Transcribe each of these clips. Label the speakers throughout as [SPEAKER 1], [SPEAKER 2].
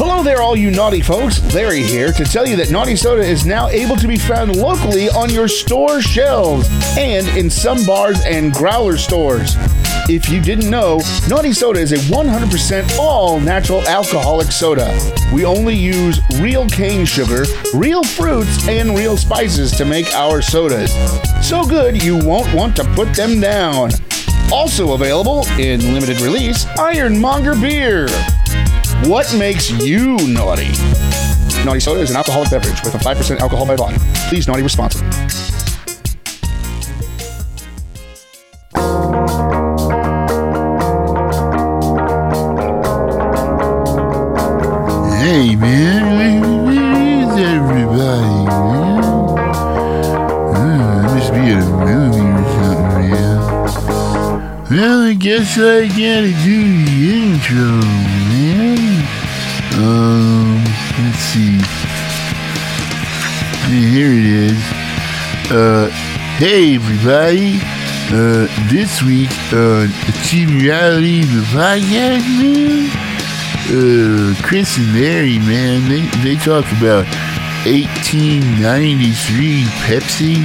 [SPEAKER 1] Hello there, all you naughty folks. Larry here to tell you that Naughty Soda is now able to be found locally on your store shelves and in some bars and growler stores. If you didn't know, Naughty Soda is a 100% all natural alcoholic soda. We only use real cane sugar, real fruits, and real spices to make our sodas. So good, you won't want to put them down. Also available in limited release, Ironmonger Beer. What makes you naughty? Naughty soda is an alcoholic beverage with a 5% alcohol by volume. Please naughty responsibly.
[SPEAKER 2] Hey man, where is everybody, man? Hmm, I must be in a movie or something, man. Well, I guess I gotta do the intro, man. Um, let's see. Hey, here it is. Uh, hey everybody. Uh, this week on Team Reality, the podcast, man uh, Chris and Mary, man, they, they talk about 1893 Pepsi.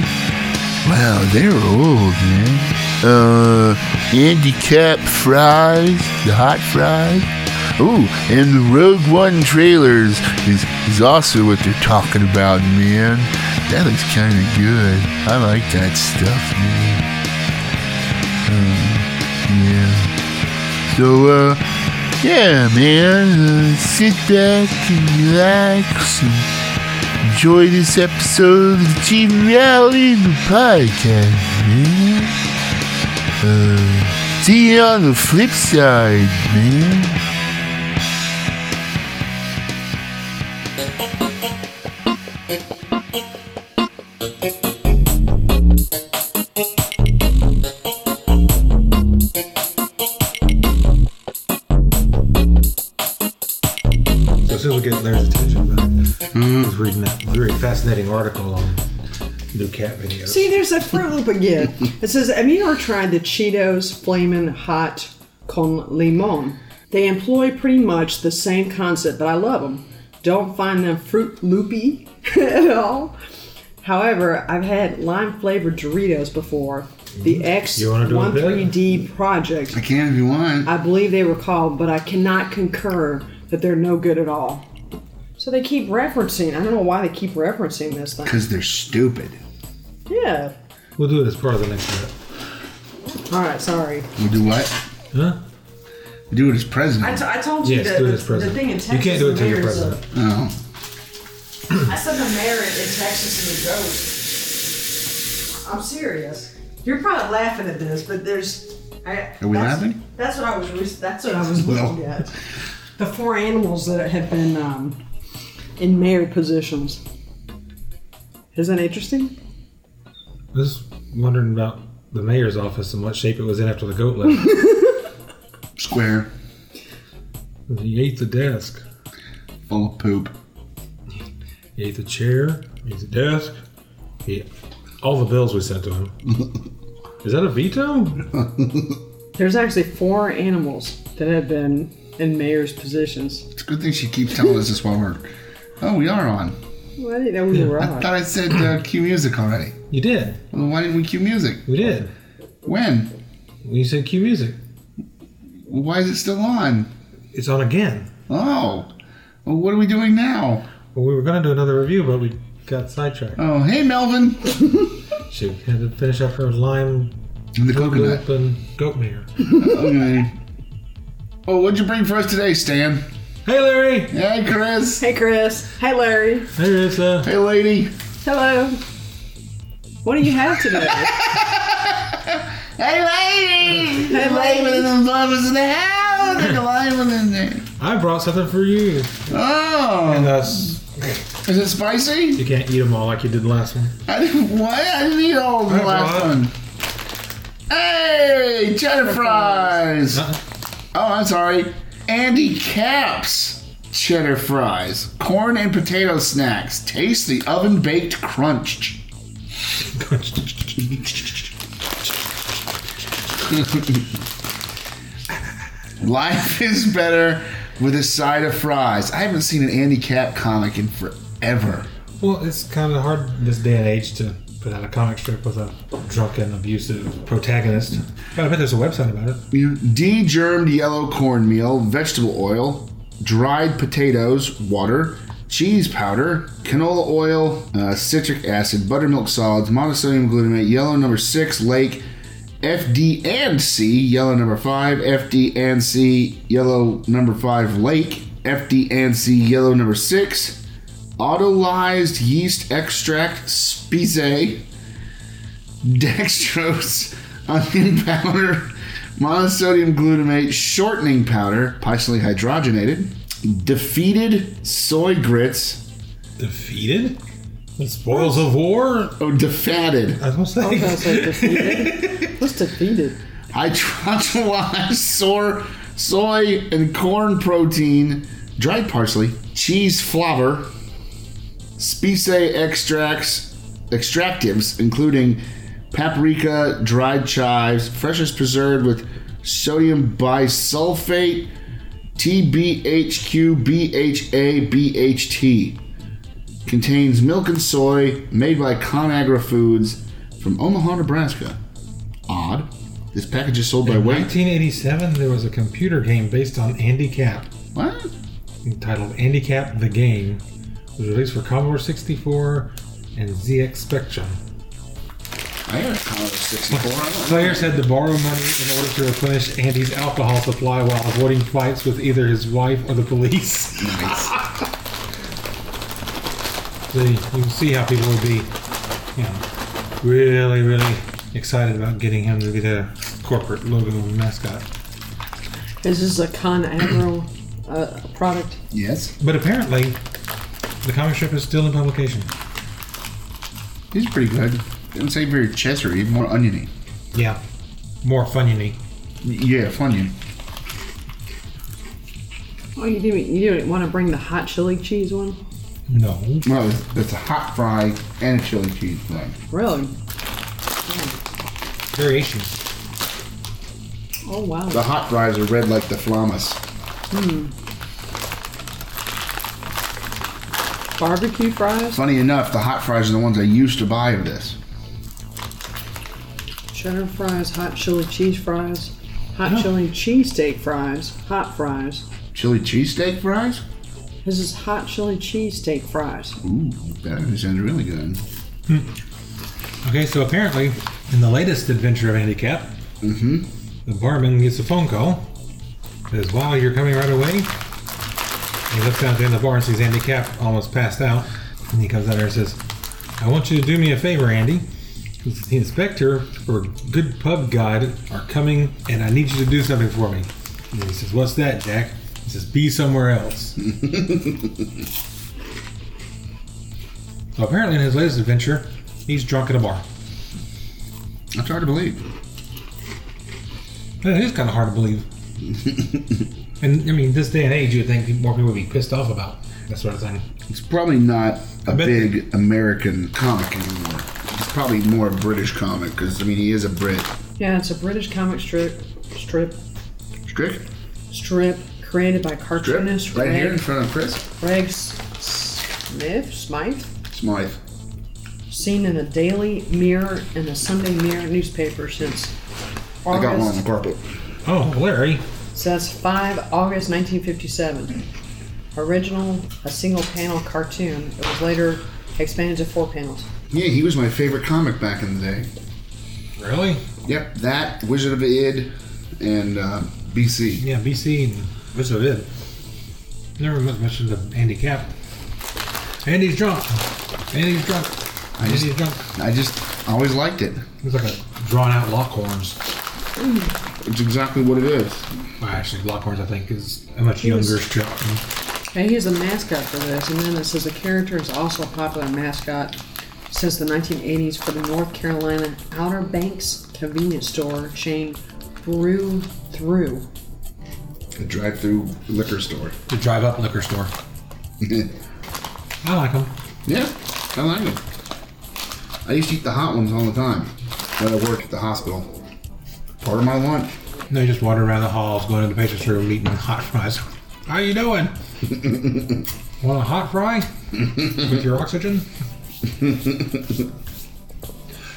[SPEAKER 2] Wow, they're old, man. Uh, handicap fries, the hot fries. Ooh, and the Rogue One trailers is, is also what they're talking about, man. That looks kind of good. I like that stuff, man. Um, yeah. So, uh, yeah, man, uh, sit back and relax and enjoy this episode of the Team Reality the podcast, man. Uh, see you on the flip side, man.
[SPEAKER 3] So this will get Larry's attention. But I was reading that very fascinating article on new cat videos.
[SPEAKER 4] See, there's that Fruit Loop again. It says, "Have you ever tried the Cheetos Flamin' Hot con Limon? They employ pretty much the same concept, but I love them. Don't find them Fruit Loopy at all. However, I've had lime flavored Doritos before. The
[SPEAKER 3] Mm. You wanna do a bit?
[SPEAKER 4] X13D project.
[SPEAKER 2] I can if you want.
[SPEAKER 4] I believe they were called, but I cannot concur that they're no good at all. So they keep referencing. I don't know why they keep referencing this thing.
[SPEAKER 2] Because they're stupid.
[SPEAKER 4] Yeah.
[SPEAKER 3] We'll do it as part of the next bit.
[SPEAKER 4] All right. Sorry.
[SPEAKER 2] We do what?
[SPEAKER 3] Huh?
[SPEAKER 2] We do it as president.
[SPEAKER 4] I, t- I told you
[SPEAKER 3] Yes,
[SPEAKER 4] that
[SPEAKER 3] do
[SPEAKER 4] the,
[SPEAKER 3] it as president.
[SPEAKER 4] the thing in Texas.
[SPEAKER 3] you can't do it till
[SPEAKER 4] the
[SPEAKER 3] you're
[SPEAKER 4] mayor's a-
[SPEAKER 3] president.
[SPEAKER 2] oh.
[SPEAKER 4] I said the mayor in Texas is a goat. I'm serious. You're probably laughing at this, but there's. I,
[SPEAKER 2] Are we
[SPEAKER 4] that's-
[SPEAKER 2] laughing?
[SPEAKER 4] That's what I was. re- That's what I was
[SPEAKER 2] Well.
[SPEAKER 4] looking at. The four animals that have been um, in mayor positions. Isn't that interesting?
[SPEAKER 3] I was wondering about the mayor's office and what shape it was in after the goat left.
[SPEAKER 2] Square.
[SPEAKER 3] he ate the desk.
[SPEAKER 2] Full of poop.
[SPEAKER 3] He ate the chair. He ate the desk. He ate all the bills we sent to him. Is that a veto?
[SPEAKER 4] There's actually four animals that have been in mayor's positions.
[SPEAKER 2] It's a good thing she keeps telling us this while we're. Oh, we are on.
[SPEAKER 4] Well, I didn't know we were
[SPEAKER 2] I
[SPEAKER 4] on.
[SPEAKER 2] thought I said uh, cue music already.
[SPEAKER 3] You did.
[SPEAKER 2] Well, why didn't we cue music?
[SPEAKER 3] We did.
[SPEAKER 2] When?
[SPEAKER 3] When you said cue music,
[SPEAKER 2] Why is it still on?
[SPEAKER 3] it's on again.
[SPEAKER 2] Oh, well, what are we doing now?
[SPEAKER 3] Well, we were going to do another review, but we got sidetracked.
[SPEAKER 2] Oh, hey, Melvin.
[SPEAKER 3] She had to finish up her lime
[SPEAKER 2] The coconut.
[SPEAKER 3] loop and goat mayor.
[SPEAKER 2] Okay. Oh, what'd you bring for us today, Stan?
[SPEAKER 3] Hey, Larry.
[SPEAKER 2] Hey, Chris.
[SPEAKER 4] Hey, Chris. Hey, Larry.
[SPEAKER 3] Hey, it's uh,
[SPEAKER 2] Hey, lady.
[SPEAKER 4] Hello. What do you have today?
[SPEAKER 2] Hey, lady. Hey, lady. The love is in the house. There's a lion in there.
[SPEAKER 3] I brought something for you. And
[SPEAKER 2] Oh,
[SPEAKER 3] that's
[SPEAKER 2] is it spicy?
[SPEAKER 3] you can't eat them all like you did the last one.
[SPEAKER 2] I didn't, what? I didn't eat all of the
[SPEAKER 3] Hey,
[SPEAKER 2] last
[SPEAKER 3] Bob.
[SPEAKER 2] one. Hey, cheddar fries.
[SPEAKER 3] Uh-uh.
[SPEAKER 2] Oh, I'm sorry. Andy Caps cheddar fries, corn and potato snacks. Taste the oven baked crunch.
[SPEAKER 1] Life is better with a side of fries. I haven't seen an Andy Cap comic in forever.
[SPEAKER 3] Well, it's kind of hard in this day and age to put out a comic strip with a drunken, abusive protagonist. But I bet there's a website about it.
[SPEAKER 1] De-germed yellow cornmeal, vegetable oil, dried potatoes, water, cheese powder, canola oil, uh, citric acid, buttermilk solids, monosodium glutamate, yellow number six, lake, FD and C, yellow number five, FD and C, yellow number five, lake, FD and C, yellow number six, autolyzed yeast extract, species dextrose, onion powder, monosodium glutamate, shortening powder, partially hydrogenated, defeated soy grits,
[SPEAKER 3] Defeated? The spoils of war?
[SPEAKER 1] oh, defatted,
[SPEAKER 3] I was gonna
[SPEAKER 4] I was
[SPEAKER 3] say.
[SPEAKER 4] like, defeated? What's defeated?
[SPEAKER 1] hydrogenized soy, soy and corn protein, dried parsley, cheese flour, species extracts, extractives, including paprika, dried chives, freshest preserved with sodium bisulfate, TBHQ, BHA, BHT. Contains milk and soy made by Conagra Foods from Omaha, Nebraska. Odd. This package is sold by
[SPEAKER 3] In
[SPEAKER 1] weight.
[SPEAKER 3] 1987, there was a computer game based on Andy Cap
[SPEAKER 1] What?
[SPEAKER 3] entitled Andy Cap the Game. It was released for Commodore 64 and ZX Spectrum.
[SPEAKER 1] I got a Commodore 64. I don't know.
[SPEAKER 3] Players had to borrow money in order to replenish Andy's alcohol supply while avoiding fights with either his wife or the police. so you can see how people would be, you know, really, really excited about getting him to be the corporate logo mascot.
[SPEAKER 4] Is this a Con Agro uh, product?
[SPEAKER 1] Yes.
[SPEAKER 3] But apparently, the comic strip is still in publication.
[SPEAKER 1] These are pretty good. They don't say very cheddar, more oniony.
[SPEAKER 3] Yeah. More funyuny.
[SPEAKER 1] Yeah, funny.
[SPEAKER 4] Oh, you didn't. You didn't want to bring the hot chili cheese one?
[SPEAKER 3] No.
[SPEAKER 1] Well, it's a hot fry and a chili cheese thing.
[SPEAKER 4] Really?
[SPEAKER 3] Variations.
[SPEAKER 4] Oh wow.
[SPEAKER 1] The hot fries are red like the flamas.
[SPEAKER 4] Barbecue fries,
[SPEAKER 1] Funny enough, the hot fries are the ones I used to buy of this.
[SPEAKER 4] cheddar fries, hot chili cheese fries, hot chili cheesesteak fries, hot fries.
[SPEAKER 1] Chili cheesesteak fries?
[SPEAKER 4] This is hot chili cheesesteak fries.
[SPEAKER 1] Ooh, that actually sounds really good.
[SPEAKER 3] Okay, so apparently, in the latest adventure of Handicap, mm-hmm. the barman gets a phone call. Says, Wow, you're coming right away. He looks down at the end of the bar and sees Andy Cap almost passed out. And he comes out there and says, I want you to do me a favor, Andy. The inspector or good pub guide are coming, and I need you to do something for me. And he says, What's that, Jack? He says, Be somewhere else. so apparently, in his latest adventure, he's drunk at a bar.
[SPEAKER 1] That's hard to believe.
[SPEAKER 3] It is kind of hard to believe. and I mean, this day and age, you'd think more people would be pissed off about that sort of thing.
[SPEAKER 1] It's probably not a
[SPEAKER 3] bet-
[SPEAKER 1] big American comic anymore. It's probably more a British comic because, I mean, he is a Brit.
[SPEAKER 4] Yeah, it's a British comic strip, strip,
[SPEAKER 1] Strick?
[SPEAKER 4] strip created by
[SPEAKER 1] Drip?
[SPEAKER 4] cartoonist
[SPEAKER 1] Right here in
[SPEAKER 4] Greg,
[SPEAKER 1] front of Chris?
[SPEAKER 4] Greg S- Smith, Smythe,
[SPEAKER 1] Smythe.
[SPEAKER 4] seen in the Daily Mirror and the Sunday Mirror newspaper since
[SPEAKER 1] I got one on
[SPEAKER 4] August.
[SPEAKER 1] the carpet.
[SPEAKER 3] Oh, Larry.
[SPEAKER 4] Says 5 August 1957. Original, a single panel cartoon. It was later expanded to four panels.
[SPEAKER 1] Yeah, he was my favorite comic back in the day.
[SPEAKER 3] Really?
[SPEAKER 1] Yep, that Wizard of Id and uh, BC.
[SPEAKER 3] Yeah, BC and Wizard of Id. Never much mentioned the Andy Cap. Andy's drunk. Andy's drunk.
[SPEAKER 1] I just-
[SPEAKER 3] Andy's drunk.
[SPEAKER 1] I just always liked it.
[SPEAKER 3] It's like a drawn out Lockhorns.
[SPEAKER 1] It's exactly what it is.
[SPEAKER 3] Well, actually, Lockhorns, I think, is a much
[SPEAKER 4] was-
[SPEAKER 3] younger strip.
[SPEAKER 4] And he's the mascot for this. And then it says the character is also a popular mascot since the 1980s for the North Carolina Outer Banks convenience store chain Brew Through.
[SPEAKER 1] A drive-through liquor store.
[SPEAKER 3] The drive up liquor store.
[SPEAKER 1] yeah,
[SPEAKER 3] I like them.
[SPEAKER 1] I like it. I used to eat the hot ones all the time when I worked at the hospital. Part of my lunch.
[SPEAKER 3] And they just wander around the halls, going to the patient's room, and eating hot fries. How you doing? Want a hot fry with your oxygen?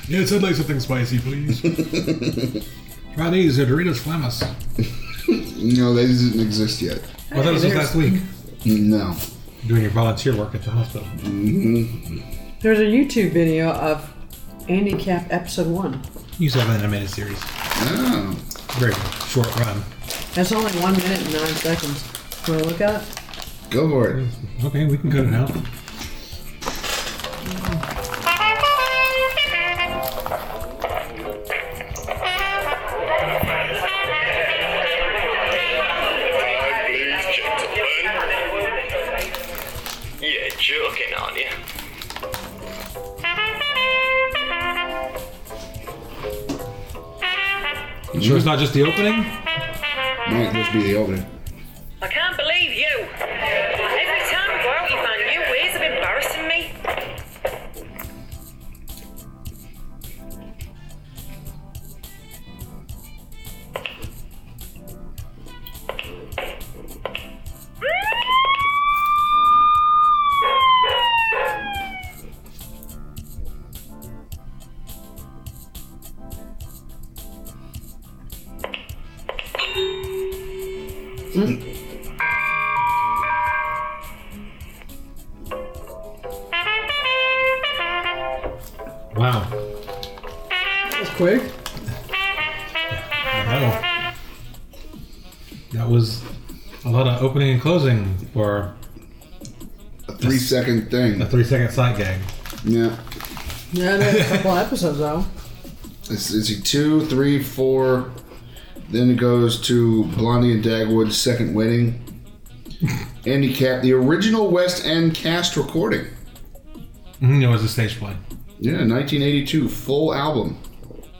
[SPEAKER 3] yeah, it sounds like something spicy, please. Try these, they're Doritos Flamas.
[SPEAKER 1] No, that doesn't exist yet.
[SPEAKER 3] Well, that was just
[SPEAKER 4] there's-
[SPEAKER 3] last week.
[SPEAKER 1] No.
[SPEAKER 3] Doing your volunteer work at the hospital.
[SPEAKER 4] There's a YouTube video of Handicap Episode 1.
[SPEAKER 3] You saw that in a minute series.
[SPEAKER 1] Oh.
[SPEAKER 3] Very short run.
[SPEAKER 4] That's only 1 minute and 9 seconds. Want to look at it?
[SPEAKER 1] Go for it.
[SPEAKER 3] Okay, we can cut it out.
[SPEAKER 5] Ladies and gentlemen. You're joking, aren't you?
[SPEAKER 3] You sure it's not just the opening?
[SPEAKER 1] Might just be the opening.
[SPEAKER 6] I can't believe you. Every time I go out, you find new ways of embarrassing me.
[SPEAKER 3] Wow.
[SPEAKER 4] It's quick.
[SPEAKER 3] Wow. That was a lot of opening and closing for
[SPEAKER 1] A three second
[SPEAKER 3] a
[SPEAKER 1] thing.
[SPEAKER 3] three second sight gag.
[SPEAKER 1] Yeah.
[SPEAKER 4] Yeah, there's a couple episodes though.
[SPEAKER 1] It's, it's two, three, four. Then it goes to Blondie and Dagwood's second wedding. Andy Cap, the original West End cast recording.
[SPEAKER 3] Mhm, It was a stage play.
[SPEAKER 1] Yeah, 1982, full album.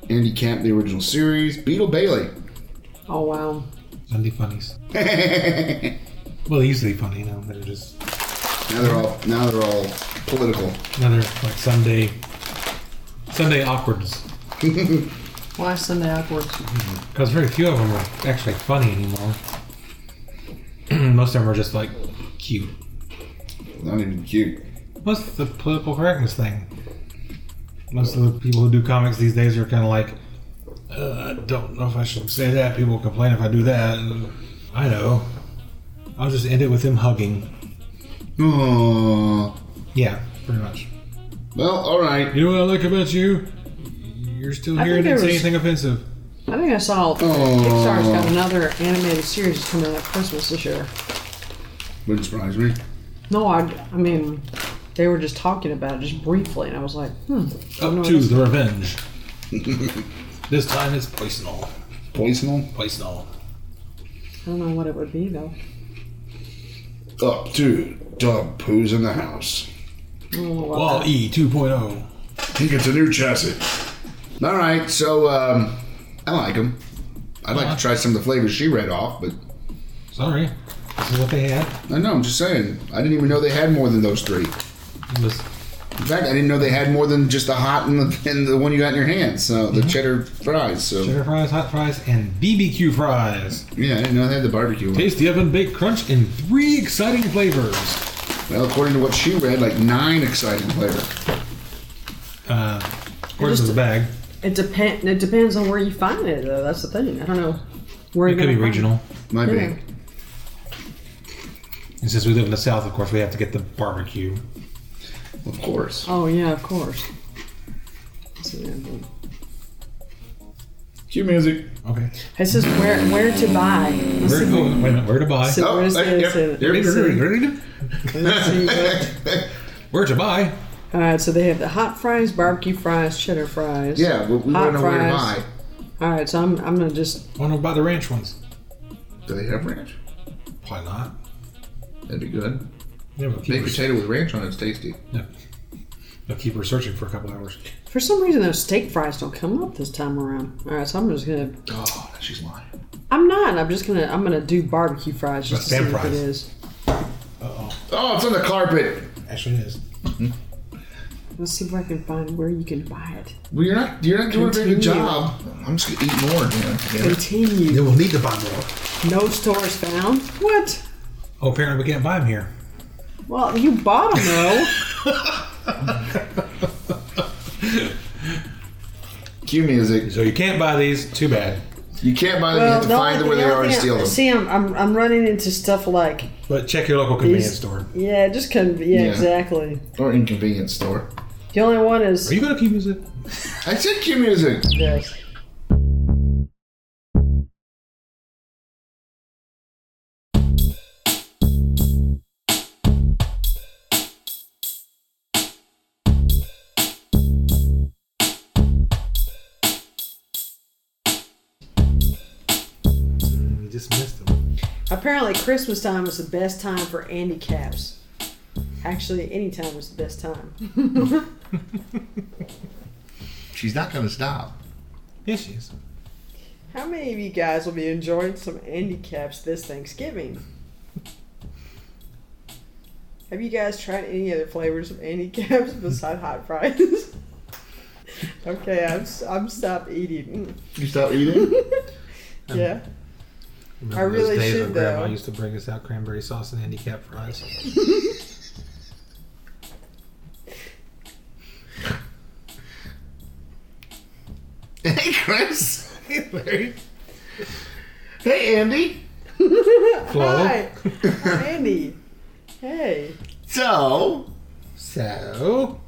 [SPEAKER 1] Andy Camp, the original series. Beetle Bailey.
[SPEAKER 4] Oh, wow.
[SPEAKER 3] Sunday funnies.
[SPEAKER 1] now
[SPEAKER 3] Well, they used to be funny, now they're just
[SPEAKER 1] they're all now they're all political.
[SPEAKER 3] now they're like Sunday Sunday awkwards.
[SPEAKER 4] Why Sunday outwards?
[SPEAKER 3] Because very few of them are actually funny anymore. Most of them are just like cute.
[SPEAKER 1] Not even cute.
[SPEAKER 3] What's the political correctness thing? Most of the people who do comics these days are kind of like, uh, I don't know if I should say that. People complain if I do that. And I know. I'll just end it with him hugging.
[SPEAKER 1] Aww.
[SPEAKER 3] Yeah, pretty much.
[SPEAKER 1] Well, all right.
[SPEAKER 3] You know what I like about you? You're still
[SPEAKER 4] I
[SPEAKER 3] here and didn't
[SPEAKER 4] think there
[SPEAKER 3] say
[SPEAKER 4] was-
[SPEAKER 3] anything offensive.
[SPEAKER 4] I think I saw Pixar's got another animated series coming out at Christmas this year.
[SPEAKER 1] Wouldn't surprise me.
[SPEAKER 4] No, I, I mean, they were just talking about it just briefly, and I was like, hmm.
[SPEAKER 3] Up
[SPEAKER 4] no,
[SPEAKER 3] to
[SPEAKER 4] that's-
[SPEAKER 3] the revenge. this time it's poisonal.
[SPEAKER 1] Poisonal.
[SPEAKER 3] Poisonal.
[SPEAKER 4] I don't know what it would be though.
[SPEAKER 1] Up to dog poos in the house.
[SPEAKER 4] I don't know what
[SPEAKER 3] Wall E 2.0.
[SPEAKER 1] Think it's a new chassis. All right. So um, I like them. I'd like to try some of the flavors she read off, but
[SPEAKER 3] Sorry. This is what they had.
[SPEAKER 1] I know. I'm just saying. I didn't even know they had more than those three.
[SPEAKER 3] It was
[SPEAKER 1] In fact, I didn't know they had more than just the hot and the, and the one you got in your hand. So
[SPEAKER 2] Mm-hmm.
[SPEAKER 1] the cheddar fries. So
[SPEAKER 3] cheddar fries, hot fries, and BBQ fries.
[SPEAKER 1] yeah, I didn't know they had the barbecue. One.
[SPEAKER 3] Tasty oven baked crunch in three exciting flavors.
[SPEAKER 1] Well, according to what she read, like nine exciting flavor.
[SPEAKER 3] Uh, according to
[SPEAKER 4] Just-
[SPEAKER 3] the bag,
[SPEAKER 4] It depend. It depends on where you find it though. That's the thing. I don't know where
[SPEAKER 3] it
[SPEAKER 4] you're
[SPEAKER 3] could be
[SPEAKER 4] gonna find
[SPEAKER 3] regional.
[SPEAKER 1] Might
[SPEAKER 4] Yeah.
[SPEAKER 1] be.
[SPEAKER 3] And since we live in the south, of course, we have to get the barbecue.
[SPEAKER 1] Of course.
[SPEAKER 4] Oh yeah, of course. Let's see, um,
[SPEAKER 1] Cue music.
[SPEAKER 3] Okay.
[SPEAKER 4] It says where where to buy. Let's
[SPEAKER 3] Where,
[SPEAKER 4] see.
[SPEAKER 3] oh, wait a minute, where to buy?
[SPEAKER 4] So
[SPEAKER 1] Oh,
[SPEAKER 4] where's
[SPEAKER 1] there-
[SPEAKER 4] the-
[SPEAKER 1] yep,
[SPEAKER 4] so-
[SPEAKER 1] there it
[SPEAKER 4] let's see. Let's see.
[SPEAKER 3] Where to buy?
[SPEAKER 4] All right, so they have the hot fries, barbecue fries, cheddar fries.
[SPEAKER 1] Yeah, but we
[SPEAKER 4] Hot
[SPEAKER 1] want to know where to buy.
[SPEAKER 4] fries. All right, so I'm I'm gonna just
[SPEAKER 3] I want to buy the ranch ones.
[SPEAKER 1] Do they have ranch?
[SPEAKER 3] Why not?
[SPEAKER 1] That'd be good.
[SPEAKER 3] Yeah, we'll keep,
[SPEAKER 1] Baked potato with ranch on it's tasty.
[SPEAKER 3] yeah. We'll keep researching for a couple hours.
[SPEAKER 4] for some reason those steak fries don't come up this time around. All right, so I'm just gonna
[SPEAKER 1] Oh, she's lying.
[SPEAKER 4] I'm not. I'm just gonna I'm gonna do barbecue fries just to see
[SPEAKER 3] Spam
[SPEAKER 4] what it
[SPEAKER 3] fries.
[SPEAKER 4] is.
[SPEAKER 1] Oh, it's on the carpet.
[SPEAKER 3] Actually, it is.
[SPEAKER 4] Let's see if I can find where you can buy it.
[SPEAKER 1] Well, you're not you're not doing a very good
[SPEAKER 4] Continue.
[SPEAKER 1] job.
[SPEAKER 2] I'm just gonna eat more. Man. Damn it.
[SPEAKER 3] They
[SPEAKER 4] Continue.
[SPEAKER 3] will need to buy more.
[SPEAKER 4] No stores found. What?
[SPEAKER 3] Oh, apparently we can't buy them here.
[SPEAKER 4] Well, you bought them though.
[SPEAKER 1] Cue music.
[SPEAKER 3] So you can't buy these. Too bad.
[SPEAKER 1] You can't buy them. you have to
[SPEAKER 4] the
[SPEAKER 1] find them
[SPEAKER 4] only
[SPEAKER 1] where they
[SPEAKER 4] thing-
[SPEAKER 1] are and
[SPEAKER 4] only thing
[SPEAKER 1] steal
[SPEAKER 4] I-
[SPEAKER 1] them.
[SPEAKER 4] See, I'm, I'm I'm running into stuff like
[SPEAKER 3] But check your local convenience
[SPEAKER 4] These-
[SPEAKER 3] store.
[SPEAKER 4] yeah, it just couldn't. Be, yeah,
[SPEAKER 1] Yeah.
[SPEAKER 4] exactly.
[SPEAKER 1] Or inconvenience store.
[SPEAKER 4] The only one is
[SPEAKER 3] Are you gonna keep using?
[SPEAKER 1] I said cue music.
[SPEAKER 4] this.
[SPEAKER 3] You just missed them.
[SPEAKER 4] Apparently, Christmas time is the best time for Andy caps. Actually, any time is the best time.
[SPEAKER 2] She's not gonna stop.
[SPEAKER 3] Yes, she is.
[SPEAKER 4] How many of you guys will be enjoying some Andy caps this Thanksgiving? Have you guys tried any other flavors of Andy caps besides hot fries? okay, I'm s- I'm stop eating.
[SPEAKER 2] You stop eating?
[SPEAKER 1] Um,
[SPEAKER 4] Yeah.
[SPEAKER 3] Remember
[SPEAKER 4] I really
[SPEAKER 3] those days
[SPEAKER 4] should,
[SPEAKER 3] when Grandma
[SPEAKER 4] though.
[SPEAKER 3] used to bring us out cranberry sauce and handicap fries.
[SPEAKER 1] Hey, Chris. Hey, Larry. Hey, Andy.
[SPEAKER 3] Flo.
[SPEAKER 4] Hi, I'm Andy. Hey.
[SPEAKER 1] So,
[SPEAKER 3] So,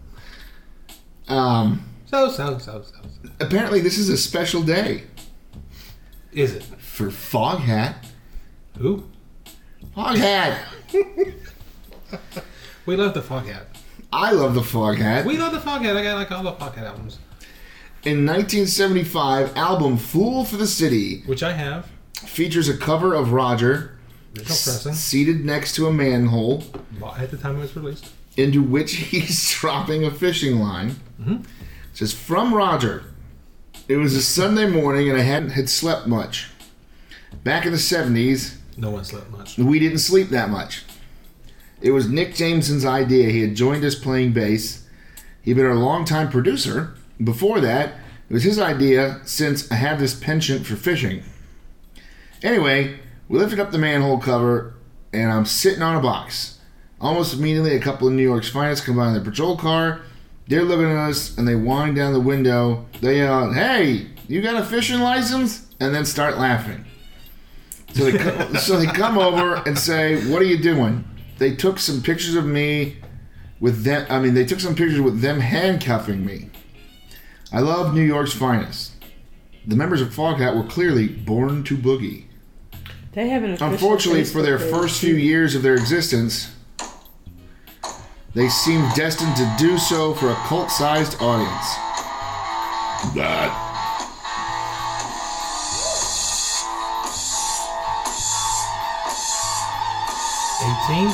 [SPEAKER 1] um,
[SPEAKER 3] so, so, so, so, so.
[SPEAKER 1] apparently this is a special day
[SPEAKER 3] Is it?
[SPEAKER 1] for Foghat.
[SPEAKER 3] Who?
[SPEAKER 1] Foghat.
[SPEAKER 3] We love the fog hat.
[SPEAKER 1] I love the Foghat.
[SPEAKER 3] We love the fog hat. I got like all the fog hat albums,
[SPEAKER 1] In 1975, album Fool for the City
[SPEAKER 3] which I have.
[SPEAKER 1] features a cover of Roger
[SPEAKER 3] There's no pressing.
[SPEAKER 1] seated next to a manhole
[SPEAKER 3] Bought at the time it was released.
[SPEAKER 1] into which he's dropping a fishing line. It says from Roger. It was a Sunday morning and I hadn't had slept much. Back in the 70s,
[SPEAKER 3] No one slept much.
[SPEAKER 1] we didn't sleep that much. It was Nick Jameson's idea. He had joined us playing bass. He'd been our longtime producer. Before that, it was his idea since I have this penchant for fishing. Anyway, we lifted up the manhole cover and I'm sitting on a box. Almost immediately, a couple of New York's finest come by in their patrol car. They're looking at us and they wind down the window. They yell, Hey, you got a fishing license? And then start laughing. So they, come, so they come over and say, "What are you doing?" They took some pictures of me with them. I mean, they took some pictures with them handcuffing me. I love New York's finest. The members of Foghat were clearly born to boogie.
[SPEAKER 4] They have an official
[SPEAKER 1] Unfortunately, for their
[SPEAKER 4] Facebook page.
[SPEAKER 1] first few years of their existence, they seemed destined to do so for a cult-sized audience. That.
[SPEAKER 3] Eighteen,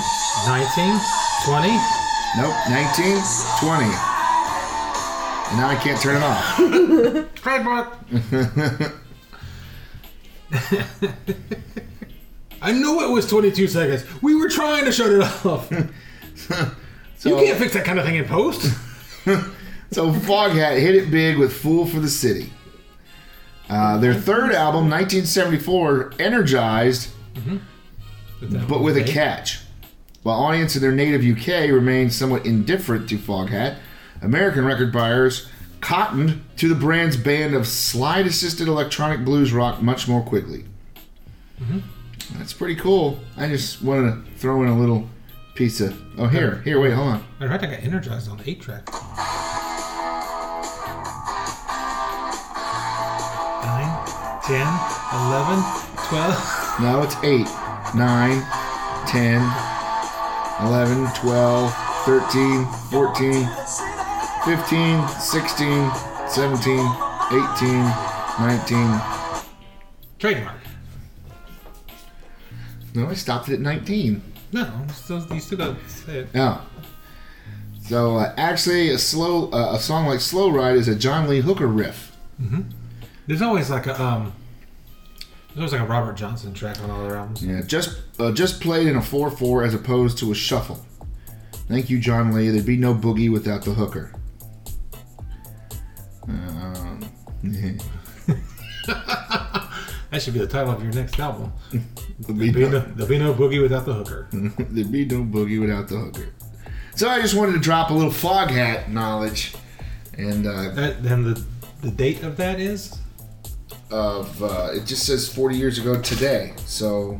[SPEAKER 3] nineteen, twenty.
[SPEAKER 1] Nope, 19, 20. And now I can't turn it off.
[SPEAKER 3] Trademark. I knew it was 22 seconds. We were trying to shut it off. you
[SPEAKER 1] So-
[SPEAKER 3] can't fix that kind of thing in post.
[SPEAKER 1] So Foghat hit it big with "Fool for the City." Uh, their third album, 1974, energized but with a catch. While audience in their native UK remained somewhat indifferent to Foghat, American record buyers cottoned to the brand's band of slide-assisted electronic blues rock much more quickly. That's pretty cool. I just wanted to throw in a little piece of oh here here wait hold on
[SPEAKER 3] Matter of fact, I got energized on the 8 track. Nine, ten, eleven, twelve.
[SPEAKER 1] No, it's 8, 9, 10, 11, 12, 13, 14, 15, 16, 17, 18, 19.
[SPEAKER 3] Trademark.
[SPEAKER 1] No, I stopped it at 19.
[SPEAKER 3] No, still, you still got to say it.
[SPEAKER 1] Oh. So uh, actually, a slow uh, a song like "Slow Ride" is a John Lee Hooker riff.
[SPEAKER 3] There's always like a um. There's always like a Robert Johnson track on all their albums.
[SPEAKER 1] Yeah, just uh, just played in a four four as opposed to a shuffle. Thank you, John Lee. There'd be no boogie without the hooker.
[SPEAKER 2] Um,
[SPEAKER 3] That should be the title of your next album.
[SPEAKER 1] There'll be,
[SPEAKER 3] There'll be
[SPEAKER 1] no,
[SPEAKER 3] no, there'll be no boogie without the hooker.
[SPEAKER 1] there'd be no boogie without the hooker. So I just wanted to drop a little fog hat knowledge, and uh,
[SPEAKER 3] That, then the the date of that is
[SPEAKER 1] of uh, it just says 40 years ago today. So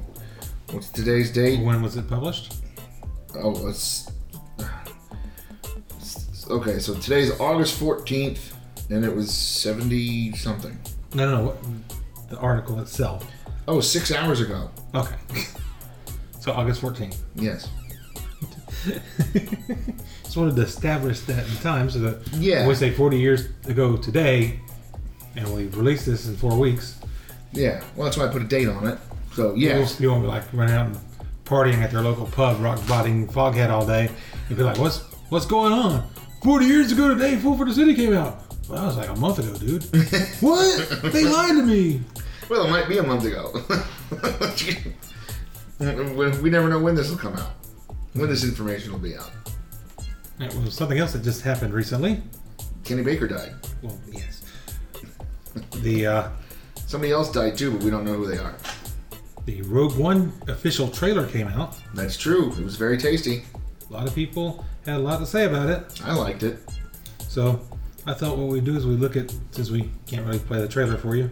[SPEAKER 1] what's today's date?
[SPEAKER 3] when was it published?
[SPEAKER 1] Oh, it's, it's- okay. So today's August 14th, and it was 70 something.
[SPEAKER 3] No, no, no. what- The article itself.
[SPEAKER 1] Oh, six hours ago.
[SPEAKER 3] Okay. So August 14th.
[SPEAKER 1] Yes.
[SPEAKER 3] Just wanted to establish that in time so that
[SPEAKER 1] Yeah.
[SPEAKER 3] we say 40 years ago today, and we release this in four weeks.
[SPEAKER 1] Yeah. Well, that's why I put a date on it. So
[SPEAKER 3] People
[SPEAKER 1] yeah.
[SPEAKER 3] You won't be like running out and partying at their local pub, rock botting Foghat all day. You'd be like, what's what's going on? 40 years ago today, Fool for the City came out. Well, that was like a month ago, dude. what? They lied to me.
[SPEAKER 1] Well, it might be a month ago. we we never know when this will come out. When this information will be out.
[SPEAKER 3] It was something else that just happened recently.
[SPEAKER 1] Kenny Baker died.
[SPEAKER 3] Well, yes. The uh,
[SPEAKER 1] Somebody else died too, but we don't know who they are.
[SPEAKER 3] the Rogue One official trailer came out.
[SPEAKER 1] That's true. It was very tasty.
[SPEAKER 3] A lot of people had a lot to say about it.
[SPEAKER 1] I liked it.
[SPEAKER 3] So I thought what we do is we look at since we can't really play the trailer for you,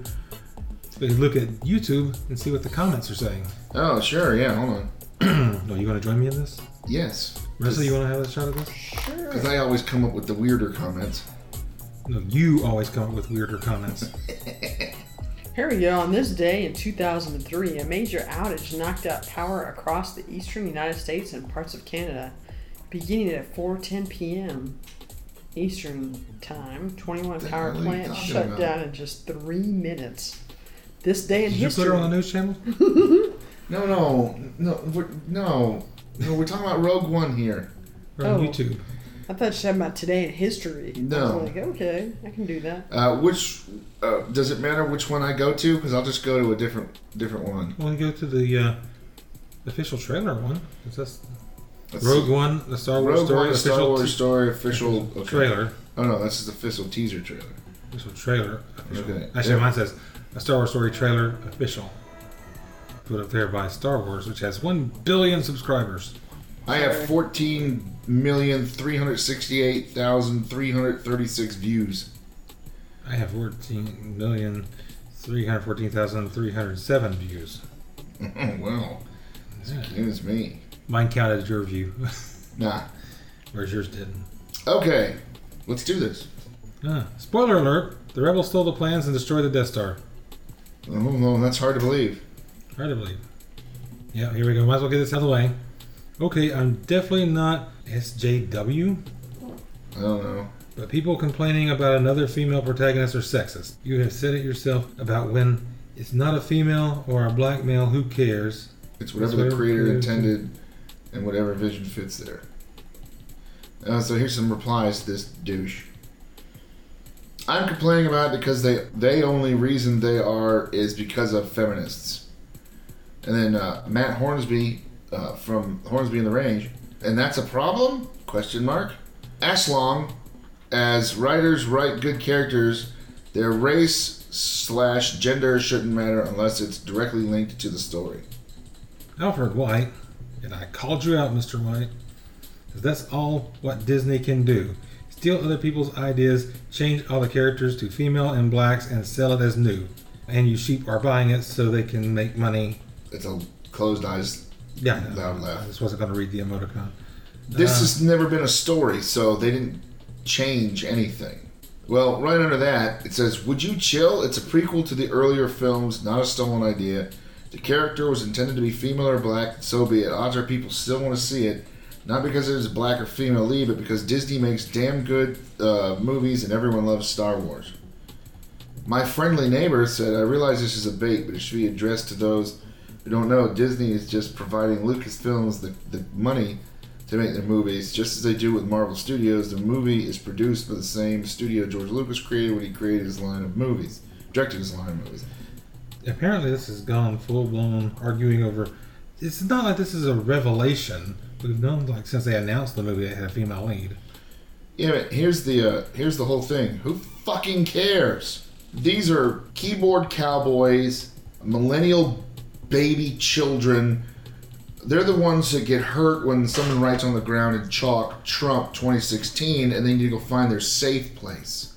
[SPEAKER 3] we look at YouTube and see what the comments are saying.
[SPEAKER 1] Oh, sure. Yeah. Hold on.
[SPEAKER 3] No, you want to join me in this?
[SPEAKER 1] Mm-hmm. Yes.
[SPEAKER 3] Marissa, you want to have a shot at this?
[SPEAKER 1] Because I always come up with the weirder comments.
[SPEAKER 3] No, you always come up with weirder comments.
[SPEAKER 4] Here we go. On this day in 2003, a major outage knocked out power across the eastern United States and parts of Canada, beginning at 4:10 p.m. Eastern Time. 21
[SPEAKER 1] The hell
[SPEAKER 4] power
[SPEAKER 1] are you
[SPEAKER 4] plants
[SPEAKER 1] talking
[SPEAKER 4] shut
[SPEAKER 1] about?
[SPEAKER 4] down in just three minutes. This day in
[SPEAKER 3] Did you
[SPEAKER 4] history.
[SPEAKER 3] put her on the news channel?
[SPEAKER 1] No, no, no, we're, no, no. We're talking about Rogue One here.
[SPEAKER 3] Or on
[SPEAKER 4] Oh.
[SPEAKER 3] YouTube?
[SPEAKER 4] I thought she had about today in history. I
[SPEAKER 1] No.
[SPEAKER 4] was like, okay, I can do that.
[SPEAKER 1] Uh, which uh, does it matter which one I go to? Because I'll just go to a different different one.
[SPEAKER 3] Well, you go to the uh, official trailer one. It's this
[SPEAKER 1] Let's
[SPEAKER 3] Rogue
[SPEAKER 1] see.
[SPEAKER 3] One, the Star Wars
[SPEAKER 1] Rogue
[SPEAKER 3] story,
[SPEAKER 1] One, Star
[SPEAKER 3] official
[SPEAKER 1] Wars
[SPEAKER 3] t-
[SPEAKER 1] story, official okay.
[SPEAKER 3] trailer.
[SPEAKER 1] Oh no, that's just the official teaser trailer.
[SPEAKER 3] Official trailer. Official.
[SPEAKER 1] Okay.
[SPEAKER 3] Actually,
[SPEAKER 1] Yeah.
[SPEAKER 3] mine says a Star Wars story trailer official. Put up there by Star Wars, which has one billion subscribers.
[SPEAKER 1] I have fourteen million three hundred sixty-eight thousand three hundred thirty-six views.
[SPEAKER 3] I have fourteen million three hundred fourteen thousand three hundred seven views.
[SPEAKER 1] Oh wow,
[SPEAKER 3] Yeah.
[SPEAKER 1] it's me.
[SPEAKER 3] Mine counted your view,
[SPEAKER 1] Nah.
[SPEAKER 3] whereas yours didn't.
[SPEAKER 1] Okay, let's do this.
[SPEAKER 3] Ah, spoiler alert: the rebels stole the plans and destroyed the Death Star.
[SPEAKER 1] Oh no, that's hard to believe.
[SPEAKER 3] Hard to believe. Yeah, here we go. Might as well get this out of the way. Okay, I'm definitely not SJW.
[SPEAKER 1] I don't know.
[SPEAKER 3] But people complaining about another female protagonist are sexist. You have said it yourself about when it's not a female or a black male, who cares?
[SPEAKER 1] It's whatever
[SPEAKER 3] That's
[SPEAKER 1] the
[SPEAKER 3] whatever
[SPEAKER 1] creator
[SPEAKER 3] creator-
[SPEAKER 1] intended and whatever vision fits there. Uh, so here's some replies to this douche. I'm complaining about it because they they only reason they are is because of feminists. And then uh, Matt Hornsby uh, from Hornsby in the Range, and that's a problem? Question mark. As long as writers write good characters, their race slash gender shouldn't matter unless it's directly linked to the story.
[SPEAKER 3] Alfred White, and I called you out, Mr. White, 'cause that's all what Disney can do. Steal other people's ideas, change all the characters to female and blacks, and sell it as new. And you sheep are buying it so they can make money.
[SPEAKER 1] It's a closed eyes.
[SPEAKER 3] Yeah, I know.
[SPEAKER 1] Loud laugh.
[SPEAKER 3] I just wasn't going to read the emoticon.
[SPEAKER 1] This has never been a story, so they didn't change anything. Well, right under that, it says, Would you chill? It's a prequel to the earlier films, not a stolen idea. The character was intended to be female or black, so be it. Odds are people still want to see it, not because it is black or female lead, but because Disney makes damn good uh, movies and everyone loves Star Wars. My friendly neighbor said, I realize this is a bait, but it should be addressed to those who don't know. Disney is just providing Lucasfilms the, the money to make their movies, just as they do with Marvel Studios. The movie is produced by the same studio George Lucas created when he created his line of movies, directed his line of movies.
[SPEAKER 3] apparently this has gone full blown arguing over. It's not like this is a revelation. We've known like since they announced the movie it had a female lead.
[SPEAKER 1] Yeah, but here's the uh, here's the whole thing. Who fucking cares? These are keyboard cowboys, millennial baby children. They're the ones that get hurt when someone writes on the ground in chalk Trump 2016 and they need to go find their safe place.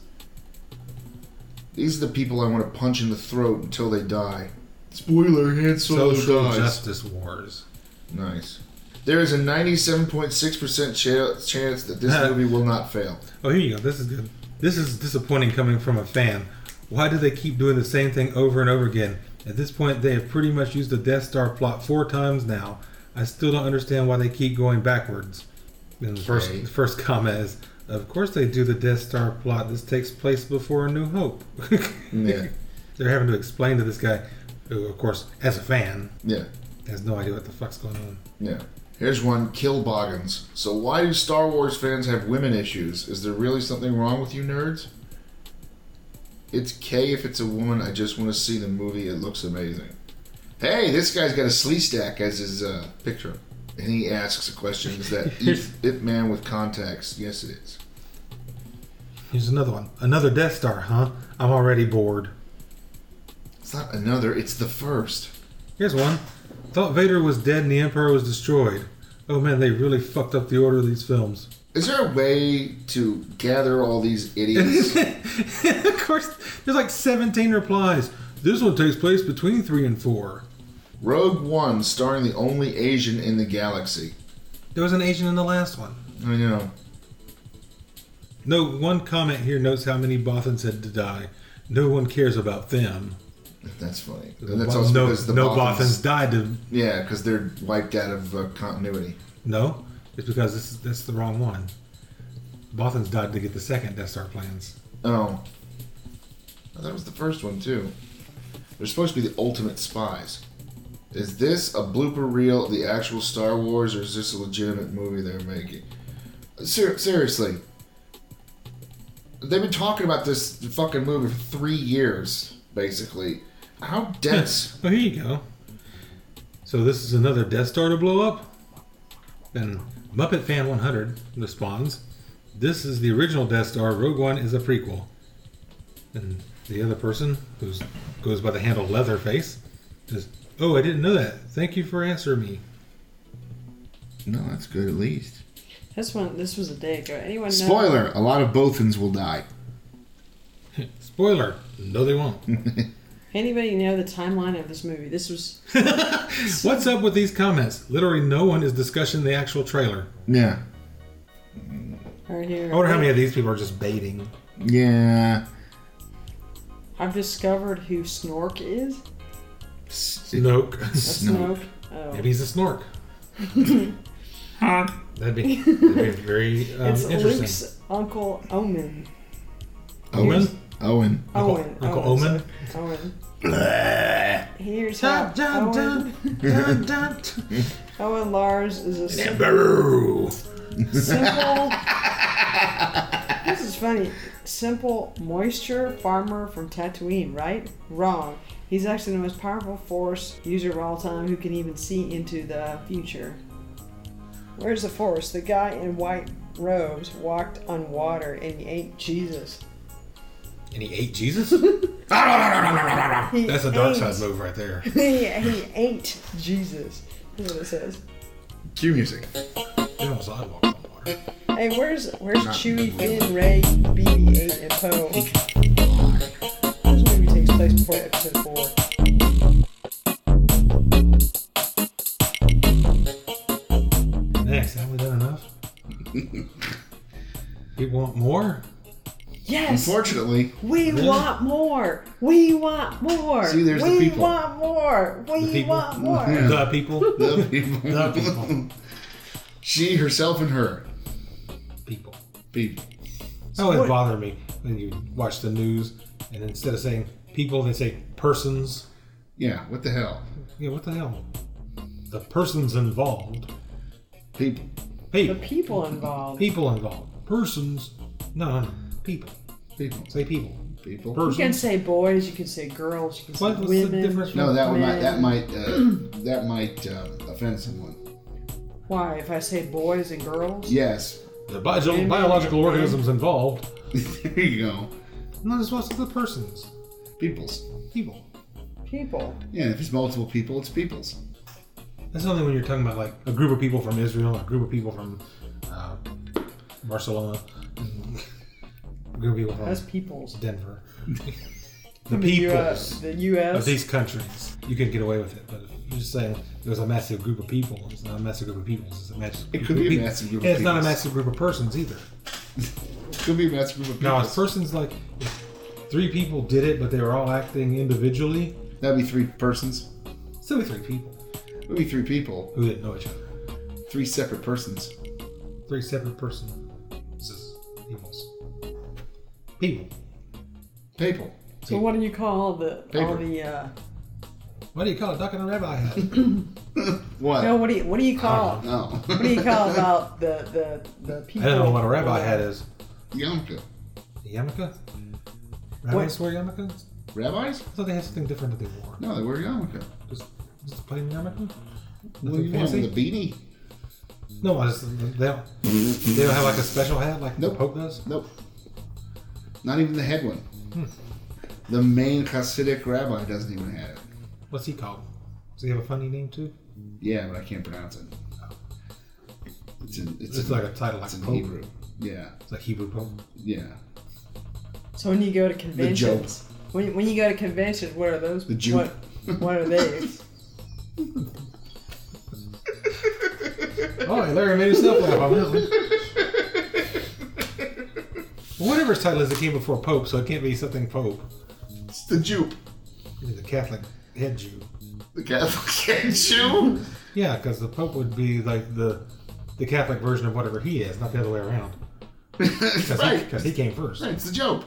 [SPEAKER 1] These are the people I want to punch in the throat until they die. Spoiler, Han Solo
[SPEAKER 3] Social
[SPEAKER 1] dies.
[SPEAKER 3] justice wars.
[SPEAKER 1] Nice. There is a 97.6% cha- chance that this movie will not fail.
[SPEAKER 3] Oh, here you go. This is good. This is disappointing coming from a fan. Why do they keep doing the same thing over and over again? At this point, they have pretty much used the Death Star plot four times now. I still don't understand why they keep going backwards. And the first,
[SPEAKER 1] Okay.
[SPEAKER 3] the first comment is, of course they do the Death Star plot. This takes place before A New Hope.
[SPEAKER 1] Yeah.
[SPEAKER 3] They're having to explain to this guy, who, of course, as a fan,
[SPEAKER 1] Yeah.
[SPEAKER 3] has no idea what the fuck's going on.
[SPEAKER 1] Yeah. Here's one Kill Boggins. So, why do Star Wars fans have women issues? Is there really something wrong with you nerds? It's K if it's a woman. I just want to see the movie. It looks amazing. Hey, this guy's got a slee stack as his uh, picture. And he asks a question Is that if, if man with contacts? Yes, it is.
[SPEAKER 3] Here's another one. Another Death Star, huh? I'm already bored.
[SPEAKER 1] It's not another, it's the first.
[SPEAKER 3] Here's one. Thought Vader was dead and the Emperor was destroyed. Oh man, they really fucked up the order of these films.
[SPEAKER 1] Is there a way to gather all these idiots?
[SPEAKER 3] of course, there's like 17 replies. This one takes place between 3 and 4.
[SPEAKER 1] Rogue One, starring the only Asian in the galaxy.
[SPEAKER 3] There was an Asian in the last one.
[SPEAKER 1] I know.
[SPEAKER 3] No one comment here notes how many Bothans had to die. No one cares about them.
[SPEAKER 1] That's funny. And that's
[SPEAKER 3] Well,
[SPEAKER 1] also
[SPEAKER 3] no
[SPEAKER 1] because the
[SPEAKER 3] no
[SPEAKER 1] Bothans,
[SPEAKER 3] Bothans died to.
[SPEAKER 1] Yeah, because they're wiped out of uh, continuity.
[SPEAKER 3] No, it's because this is, that's the wrong one. Bothans died to get the second Death Star plans.
[SPEAKER 1] Oh. I thought it was the first one, too. They're supposed to be the ultimate spies. Is this a blooper reel of the actual Star Wars, or is this a legitimate movie they're making? Ser- seriously. They've been talking about this fucking movie for three years, basically. How dense.
[SPEAKER 3] Oh, here you go. So this is another Death Star to blow up. Then Muppet Fan 100 responds, "This is the original Death Star. Rogue One is a prequel." And the other person, who goes by the handle Leatherface, says, "Oh, I didn't know that. Thank you for answering me."
[SPEAKER 1] no, that's good at least.
[SPEAKER 4] This one, this was a day ago. Anyone know?
[SPEAKER 1] Spoiler: A lot of Bothans will die.
[SPEAKER 3] Spoiler: No, they won't.
[SPEAKER 4] Anybody know the timeline of this movie? This was
[SPEAKER 3] What's up with these comments? Literally, no one is discussing the actual trailer.
[SPEAKER 1] Yeah,
[SPEAKER 4] right here.
[SPEAKER 3] I wonder how many of these people are just baiting.
[SPEAKER 1] yeah.
[SPEAKER 4] I've discovered who Snork is.
[SPEAKER 3] Snoke.
[SPEAKER 4] Snork. Oh.
[SPEAKER 3] Maybe he's a snork. that'd, be, that'd be very um,
[SPEAKER 4] it's
[SPEAKER 3] interesting.
[SPEAKER 4] Luke's uncle Omen.
[SPEAKER 3] Owen?
[SPEAKER 1] Owen.
[SPEAKER 3] Uncle-
[SPEAKER 4] Owen.
[SPEAKER 3] Uncle
[SPEAKER 4] Owen,
[SPEAKER 3] Omen?
[SPEAKER 4] sorry. Owen. Here's how
[SPEAKER 3] Dun, dun,
[SPEAKER 4] Owen,
[SPEAKER 3] dun, dun, dun, dun.
[SPEAKER 4] Owen Lars is a sim-
[SPEAKER 3] Brrr.
[SPEAKER 4] simple. this is funny. Simple moisture farmer from Tatooine, right? Wrong. He's actually the most powerful force user of all time who can even see into the future. Where's the force? The guy in white robes walked on water and he ate Jesus.
[SPEAKER 3] And he ate Jesus? That's a dark
[SPEAKER 4] ate.
[SPEAKER 3] side move right there.
[SPEAKER 4] he, he ate Jesus. That's what it says.
[SPEAKER 1] Cue music.
[SPEAKER 3] You're on a sidewalk on water.
[SPEAKER 4] Hey, where's where's Chewie, Finn, Ray, BB-8, and Poe? This movie takes place before Episode Four.
[SPEAKER 3] Next, have we done enough? we want more?
[SPEAKER 4] Yes,
[SPEAKER 1] Unfortunately,
[SPEAKER 4] we want more. We want more.
[SPEAKER 1] See, there's the
[SPEAKER 4] we
[SPEAKER 1] people.
[SPEAKER 4] want more. We
[SPEAKER 3] people.
[SPEAKER 4] want more.
[SPEAKER 3] The people?
[SPEAKER 1] the people.
[SPEAKER 3] The people.
[SPEAKER 1] She herself and her
[SPEAKER 3] People.
[SPEAKER 1] people.
[SPEAKER 3] That always bothered me when you watch the news and instead of saying people, they say persons.
[SPEAKER 1] Yeah. What the hell?
[SPEAKER 3] Yeah, what the hell? The persons involved.
[SPEAKER 1] People.
[SPEAKER 4] The
[SPEAKER 3] People.
[SPEAKER 4] people involved.
[SPEAKER 3] People involved. Persons. No, no, no. People.
[SPEAKER 1] People.
[SPEAKER 3] Say people.
[SPEAKER 1] People.
[SPEAKER 4] You
[SPEAKER 3] Persons.
[SPEAKER 4] can say boys. You can say girls. You can say
[SPEAKER 3] What- what's the
[SPEAKER 4] women.
[SPEAKER 3] difference?
[SPEAKER 1] No, that one might. That
[SPEAKER 4] men.
[SPEAKER 1] might. Uh, that might uh, offend someone.
[SPEAKER 4] Why? If I say boys and girls,
[SPEAKER 1] Yes.
[SPEAKER 3] The bio- biological organisms involved.
[SPEAKER 1] there you go.
[SPEAKER 3] No, this was to the persons.
[SPEAKER 1] Peoples.
[SPEAKER 3] People.
[SPEAKER 4] People.
[SPEAKER 1] Yeah, if it's multiple people, it's peoples.
[SPEAKER 3] That's only when you're talking about like a group of people from Israel, a group of people from uh, Barcelona, a group of people from
[SPEAKER 4] That's peoples.
[SPEAKER 3] Denver. the
[SPEAKER 4] US,
[SPEAKER 3] peoples
[SPEAKER 4] the
[SPEAKER 3] of
[SPEAKER 4] U.S.
[SPEAKER 3] these countries. You can get away with it, but if you're just saying there's a massive group of people. It's not a massive group of peoples. It's a massive.
[SPEAKER 1] It
[SPEAKER 3] group
[SPEAKER 1] could
[SPEAKER 3] of
[SPEAKER 1] be a
[SPEAKER 3] people.
[SPEAKER 1] massive group of
[SPEAKER 3] And it's not a
[SPEAKER 1] peoples.
[SPEAKER 3] massive group of persons either.
[SPEAKER 1] Could be a massive group of
[SPEAKER 3] Now,
[SPEAKER 1] peoples.
[SPEAKER 3] if persons like if three people did it, but they were all acting individually,
[SPEAKER 1] That'd be three persons.
[SPEAKER 3] still be three people
[SPEAKER 1] It would be three people.
[SPEAKER 3] who didn't know each other.
[SPEAKER 1] Three separate persons.
[SPEAKER 3] Three separate persons. This is peoples. People.
[SPEAKER 1] People.
[SPEAKER 4] So what do you call the all
[SPEAKER 1] Paper.
[SPEAKER 4] the? Uh,
[SPEAKER 3] What do you call a duck in a rabbi hat?
[SPEAKER 1] What?
[SPEAKER 4] no, what do you what do you call?
[SPEAKER 1] No.
[SPEAKER 4] What do you call about the the the
[SPEAKER 3] I
[SPEAKER 4] people?
[SPEAKER 3] don't know what a rabbi hat is.
[SPEAKER 1] Yonka.
[SPEAKER 3] A yarmulke? Rabbis wear yarmulkes?
[SPEAKER 1] Rabbis?
[SPEAKER 3] I thought they had something different that they wore.
[SPEAKER 1] No, they wear Yonka.
[SPEAKER 3] Just, just plain yarmulke?
[SPEAKER 1] What do you
[SPEAKER 3] Nothing
[SPEAKER 1] want
[SPEAKER 3] fancy?
[SPEAKER 1] with a beanie?
[SPEAKER 3] No, I just, they, don't, they don't have like a special hat like the
[SPEAKER 1] Nope.
[SPEAKER 3] Pope does?
[SPEAKER 1] Nope. Not even the head one. The main Hasidic rabbi doesn't even have it.
[SPEAKER 3] What's he called? Does he have a funny name too?
[SPEAKER 1] Yeah, but I can't pronounce it. It's in, it's,
[SPEAKER 3] It's
[SPEAKER 1] in,
[SPEAKER 3] like a title like
[SPEAKER 1] it's in
[SPEAKER 3] Pope.
[SPEAKER 1] Hebrew. Yeah,
[SPEAKER 3] It's like Hebrew Pope.
[SPEAKER 1] yeah.
[SPEAKER 4] So when you go to conventions, when, when you go to conventions, what are those?
[SPEAKER 1] The juke.
[SPEAKER 4] what, what are these?
[SPEAKER 3] Oh, hey, Larry made himself laugh on that one. Whatever his title is, it came before Pope, so it can't be something Pope.
[SPEAKER 1] It's the Jupe.
[SPEAKER 3] He's a Catholic head Jew.
[SPEAKER 1] The Catholic Jew?
[SPEAKER 3] Yeah, because the Pope would be like the the Catholic version of whatever he is, not the other way around. Because
[SPEAKER 1] right.
[SPEAKER 3] he, came first.
[SPEAKER 1] Right, it's the Jope.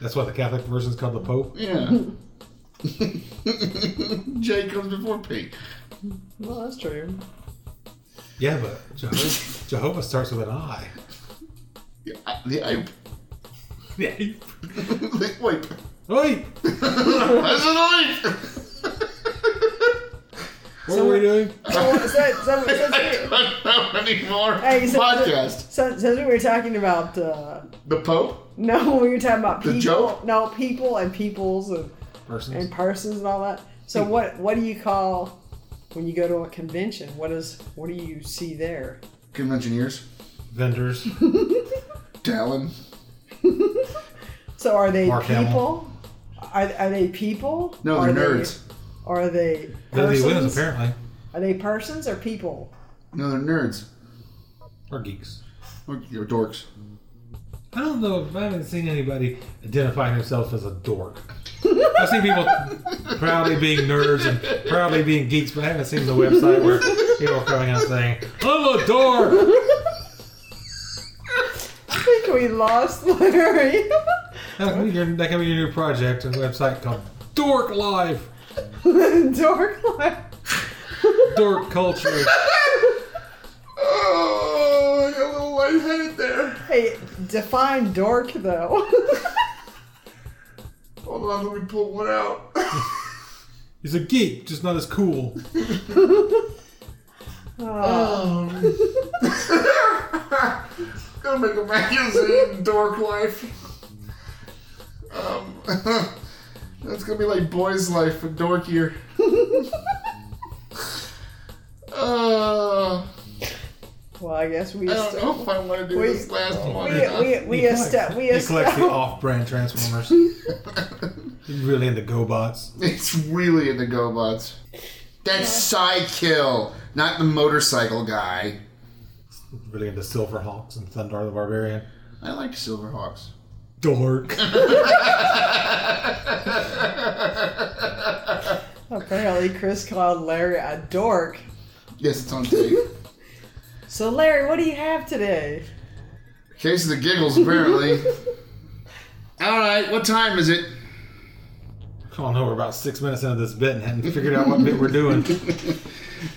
[SPEAKER 3] That's why the Catholic version is called the Pope.
[SPEAKER 1] Yeah. J comes before P.
[SPEAKER 4] Well, that's true.
[SPEAKER 3] Yeah, but Jehovah, Jehovah starts with an I.
[SPEAKER 1] The I- the ape. The ape.
[SPEAKER 3] Oi!
[SPEAKER 1] That's an ape!
[SPEAKER 3] What were we doing?
[SPEAKER 4] So, so, so,
[SPEAKER 1] I don't know anymore.
[SPEAKER 4] Hey, so-
[SPEAKER 1] Podcast.
[SPEAKER 4] so, so we were talking about uh,
[SPEAKER 1] The Pope?
[SPEAKER 4] no, we were talking about
[SPEAKER 1] The
[SPEAKER 4] people.
[SPEAKER 1] joke?
[SPEAKER 4] No, people and peoples and, and
[SPEAKER 3] Persons.
[SPEAKER 4] persons and all that. So what what do you call when you go to a convention? What is what do you see there?
[SPEAKER 1] Conventioneers.
[SPEAKER 3] Vendors.
[SPEAKER 1] Talon.
[SPEAKER 4] So are they
[SPEAKER 3] Mark Hamill.
[SPEAKER 4] people? Are, are they people?
[SPEAKER 1] No,
[SPEAKER 4] are
[SPEAKER 1] they're nerds.
[SPEAKER 4] They, are they
[SPEAKER 3] They're the
[SPEAKER 4] persons?
[SPEAKER 3] winners, apparently.
[SPEAKER 4] Are they persons or people?
[SPEAKER 1] No, they're nerds.
[SPEAKER 3] Or geeks.
[SPEAKER 1] Or, or dorks.
[SPEAKER 3] I don't know. I haven't seen anybody identifying himself as a dork. I've seen people proudly being nerds and proudly being geeks, but I haven't seen the website where people are coming out saying, "I'm a dork."
[SPEAKER 4] I think we lost Larry.
[SPEAKER 3] That can be your, that can be your new project and website called Dork Life,
[SPEAKER 4] Dark light.
[SPEAKER 3] Dork Culture.
[SPEAKER 1] Oh, I got a little lightheaded there.
[SPEAKER 4] Hey, define dork though.
[SPEAKER 1] Hold on, let me pull one out.
[SPEAKER 3] He's a geek, just not as cool.
[SPEAKER 1] Gonna make a magazine, dork life. Um, that's gonna be like boys' life, but dorkier. uh, I
[SPEAKER 4] well, I guess we
[SPEAKER 1] don't know if I want to do
[SPEAKER 4] Wait.
[SPEAKER 1] this last
[SPEAKER 3] Oh,
[SPEAKER 1] one.
[SPEAKER 4] we we we
[SPEAKER 3] He
[SPEAKER 4] esta-
[SPEAKER 3] collects-
[SPEAKER 4] we
[SPEAKER 3] he collects the
[SPEAKER 4] esta-
[SPEAKER 3] off-brand Transformers. He's really into GoBots.
[SPEAKER 1] It's really in the GoBots. That's Sidekill, not the motorcycle guy.
[SPEAKER 3] Really into Silverhawks and Thundar the Barbarian.
[SPEAKER 1] I like Silverhawks.
[SPEAKER 3] Dork.
[SPEAKER 4] apparently Chris called Larry a dork.
[SPEAKER 1] Yes, it's on tape.
[SPEAKER 4] So Larry, what do you have today?
[SPEAKER 1] Case of the giggles, apparently. All right, what time is it?
[SPEAKER 3] Oh no, we're about six minutes into this bit and hadn't figured out what bit we're doing.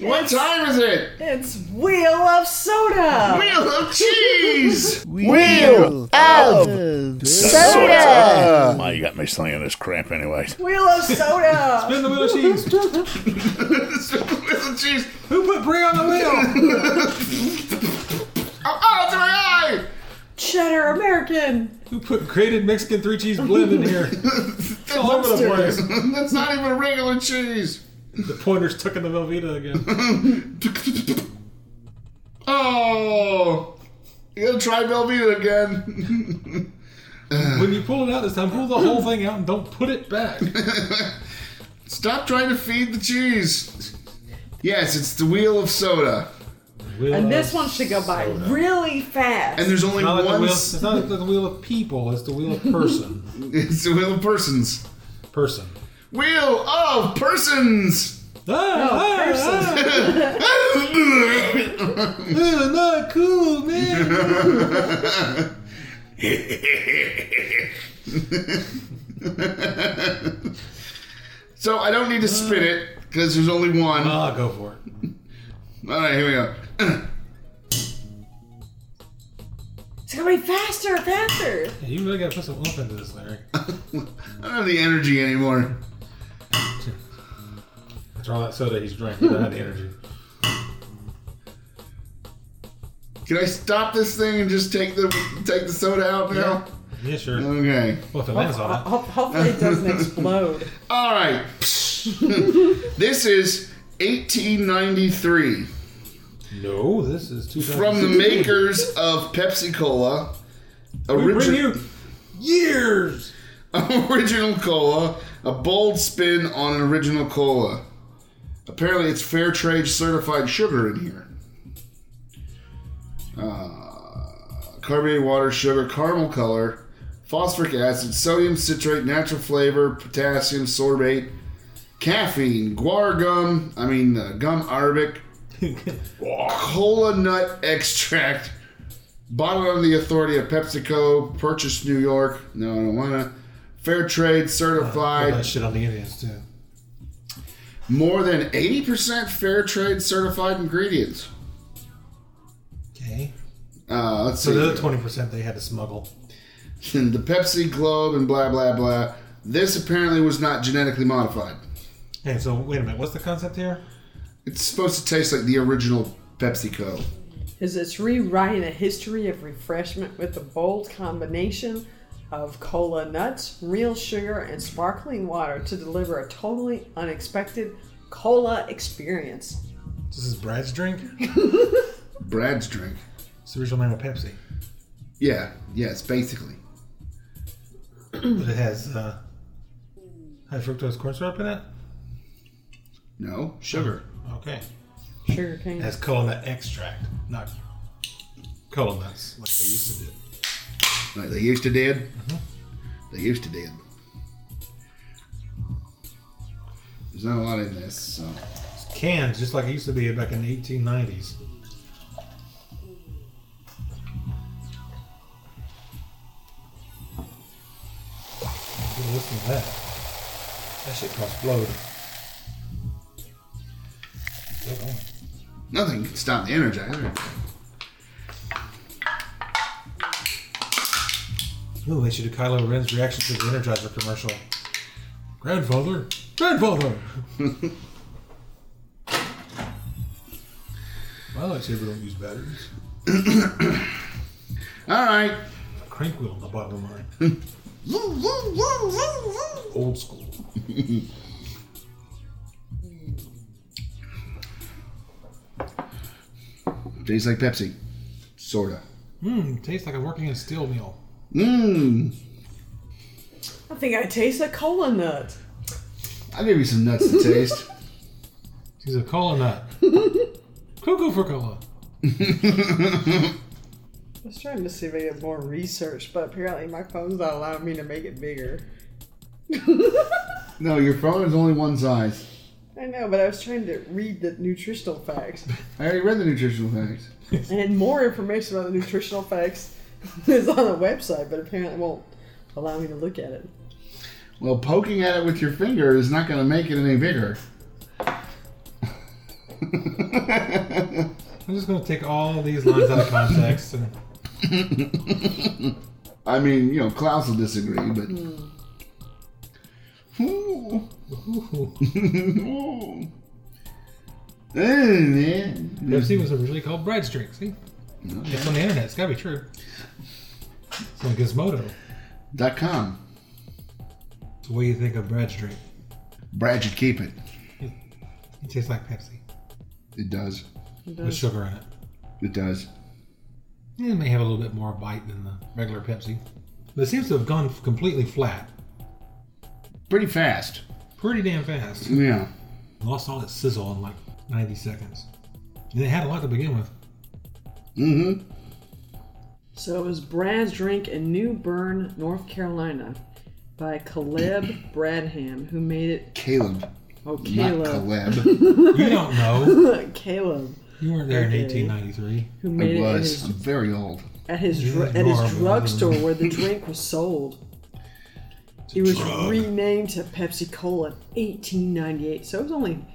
[SPEAKER 1] What time is it?
[SPEAKER 4] It's Wheel of Soda.
[SPEAKER 1] Wheel of cheese.
[SPEAKER 2] Wheel of Soda!
[SPEAKER 7] Oh, you got me slinging this crap anyways.
[SPEAKER 4] Wheel of Soda.
[SPEAKER 3] In the wheel of cheese.
[SPEAKER 1] Wheel of cheese.
[SPEAKER 3] Who put Brie on the wheel?
[SPEAKER 1] Oh, oh, it's my eye.
[SPEAKER 4] Ch- cheddar American.
[SPEAKER 3] Who put grated Mexican three cheese blend in here? It's all over the place.
[SPEAKER 1] That's not even regular cheese.
[SPEAKER 3] The pointer's tucking the Velveeta again.
[SPEAKER 1] Oh, you gotta try Velveeta again.
[SPEAKER 3] When you pull it out this time, pull the whole thing out and don't put it back.
[SPEAKER 1] Stop trying to feed the cheese. Yes, it's the wheel of soda,
[SPEAKER 4] And this one should go by really fast.
[SPEAKER 1] and there's only
[SPEAKER 3] Not like the
[SPEAKER 1] one.
[SPEAKER 3] wheel,
[SPEAKER 1] s-
[SPEAKER 3] it's not like the wheel of people, it's the wheel of person.
[SPEAKER 1] It's the wheel of persons.
[SPEAKER 3] Person.
[SPEAKER 1] Wheel of persons.
[SPEAKER 3] Ah, ah,
[SPEAKER 4] person.
[SPEAKER 3] ah, ah, not cool, man.
[SPEAKER 1] so I don't need to spin it because there's only one. All
[SPEAKER 3] Ah, go for it.
[SPEAKER 1] right, here we go.
[SPEAKER 4] It's gonna be faster, faster.
[SPEAKER 3] Yeah, you really gotta put some oomph into this, Larry.
[SPEAKER 1] I don't have the energy anymore.
[SPEAKER 3] After all that soda he's drinking, I had the energy.
[SPEAKER 1] Can I stop this thing and just take the take the soda out now?
[SPEAKER 3] Yeah, sure.
[SPEAKER 1] Okay.
[SPEAKER 3] Well, if it lands
[SPEAKER 4] Ho-
[SPEAKER 3] on it.
[SPEAKER 4] ho- Hopefully it doesn't explode.
[SPEAKER 1] All right. this is 1893
[SPEAKER 3] No, this is too
[SPEAKER 1] from the makers of Pepsi Cola.
[SPEAKER 3] We bring
[SPEAKER 1] origi-
[SPEAKER 3] you years.
[SPEAKER 1] original cola, a bold spin on an original cola. Apparently, it's fair trade certified sugar in here. Uh, carbonated water, sugar, caramel color, phosphoric acid, sodium citrate, natural flavor, potassium sorbate, caffeine, guar gum, I mean, uh, gum arabic, cola nut extract, bottled under the authority of PepsiCo, purchased New York. No, I don't want to. Fair trade
[SPEAKER 3] Put
[SPEAKER 1] certified.
[SPEAKER 3] that shit on the Indians too.
[SPEAKER 1] More than 80% fair trade certified ingredients.
[SPEAKER 3] Okay.
[SPEAKER 1] Uh, let's see.
[SPEAKER 3] So the other twenty percent they had to smuggle.
[SPEAKER 1] the Pepsi Globe and blah, blah, blah. This apparently was not genetically modified.
[SPEAKER 3] Hey, so wait a minute. What's the concept here?
[SPEAKER 1] It's supposed to taste like the original PepsiCo.
[SPEAKER 4] Is it's rewriting a history of refreshment with a bold combination of cola nuts, real sugar, and sparkling water to deliver a totally unexpected cola experience.
[SPEAKER 3] This is Brad's drink.
[SPEAKER 1] Brad's drink.
[SPEAKER 3] It's the original name of Pepsi,
[SPEAKER 1] Yeah, yes, basically.
[SPEAKER 3] but it has uh, high fructose corn syrup in it.
[SPEAKER 1] No, sugar.
[SPEAKER 3] Okay.
[SPEAKER 4] Sugar cane.
[SPEAKER 3] It has cola nut extract, not cola nuts like they used to do.
[SPEAKER 1] Like they used to did. They used to did. There's not a lot in this, so.
[SPEAKER 3] It's cans, just like it used to be back in the 1890s. Good listen to that. That shit costs blood.
[SPEAKER 1] Nothing can stop the Energizer.
[SPEAKER 3] Ooh, they should do Kylo Ren's reaction to the Energizer commercial. Grandfather, grandfather. My lightsaber don't use batteries.
[SPEAKER 1] All right.
[SPEAKER 3] Crank wheel in the bottom of mine. Old school.
[SPEAKER 1] Tastes like Pepsi. Sorta.
[SPEAKER 3] Mmm, tastes like I'm working in a steel mill.
[SPEAKER 1] Mmm.
[SPEAKER 4] I think I taste a cola nut.
[SPEAKER 1] I'll give you some nuts to taste.
[SPEAKER 3] She's a cola nut. Cuckoo for cola.
[SPEAKER 4] I was trying to see if I get more research, but apparently my phone's not allowing me to make it bigger.
[SPEAKER 1] No, your phone is only one size.
[SPEAKER 4] I know, but I was trying to read the nutritional facts.
[SPEAKER 1] I already read the nutritional facts.
[SPEAKER 4] And more information about the nutritional facts is on the website, but apparently it won't allow me to look at it.
[SPEAKER 1] Well, poking at it with your finger is not going to make it any bigger.
[SPEAKER 3] I'm just gonna take all these lines out of context and
[SPEAKER 1] I mean, you know, Klaus will disagree, but. Ooh. Ooh. Mm, man.
[SPEAKER 3] Pepsi was originally called Brad's drink, see? It's on the internet, it's gotta be true. It's on Gizmodo.
[SPEAKER 8] Dot com.
[SPEAKER 3] So what do you think of Brad's drink?
[SPEAKER 8] Brad should keep it.
[SPEAKER 3] It tastes like Pepsi
[SPEAKER 8] It does.
[SPEAKER 3] with sugar in it.
[SPEAKER 8] It does.
[SPEAKER 3] It may have a little bit more bite than the regular Pepsi, but it seems to have gone completely flat,
[SPEAKER 8] Pretty fast.
[SPEAKER 3] pretty damn fast.
[SPEAKER 8] Yeah.
[SPEAKER 3] Lost all its sizzle in like 90 seconds. And it had a lot to begin with.
[SPEAKER 8] Mm-hmm.
[SPEAKER 4] So it was Brad's Drink in New Bern, North Carolina by Caleb Bradham, who made it.
[SPEAKER 8] Caleb,
[SPEAKER 4] Oh,
[SPEAKER 8] not
[SPEAKER 4] Caleb.
[SPEAKER 8] Caleb.
[SPEAKER 3] You don't know.
[SPEAKER 4] Caleb,
[SPEAKER 3] You weren't there in
[SPEAKER 4] Okay.
[SPEAKER 3] 1893.
[SPEAKER 4] who
[SPEAKER 8] I
[SPEAKER 4] made it at
[SPEAKER 8] was. I'm
[SPEAKER 4] his,
[SPEAKER 8] very old.
[SPEAKER 4] at his,
[SPEAKER 3] You
[SPEAKER 4] dr-
[SPEAKER 3] are
[SPEAKER 4] at his
[SPEAKER 3] horrible.
[SPEAKER 4] drugstore where the drink was sold. It was renamed to Pepsi Cola in 1898, so it was only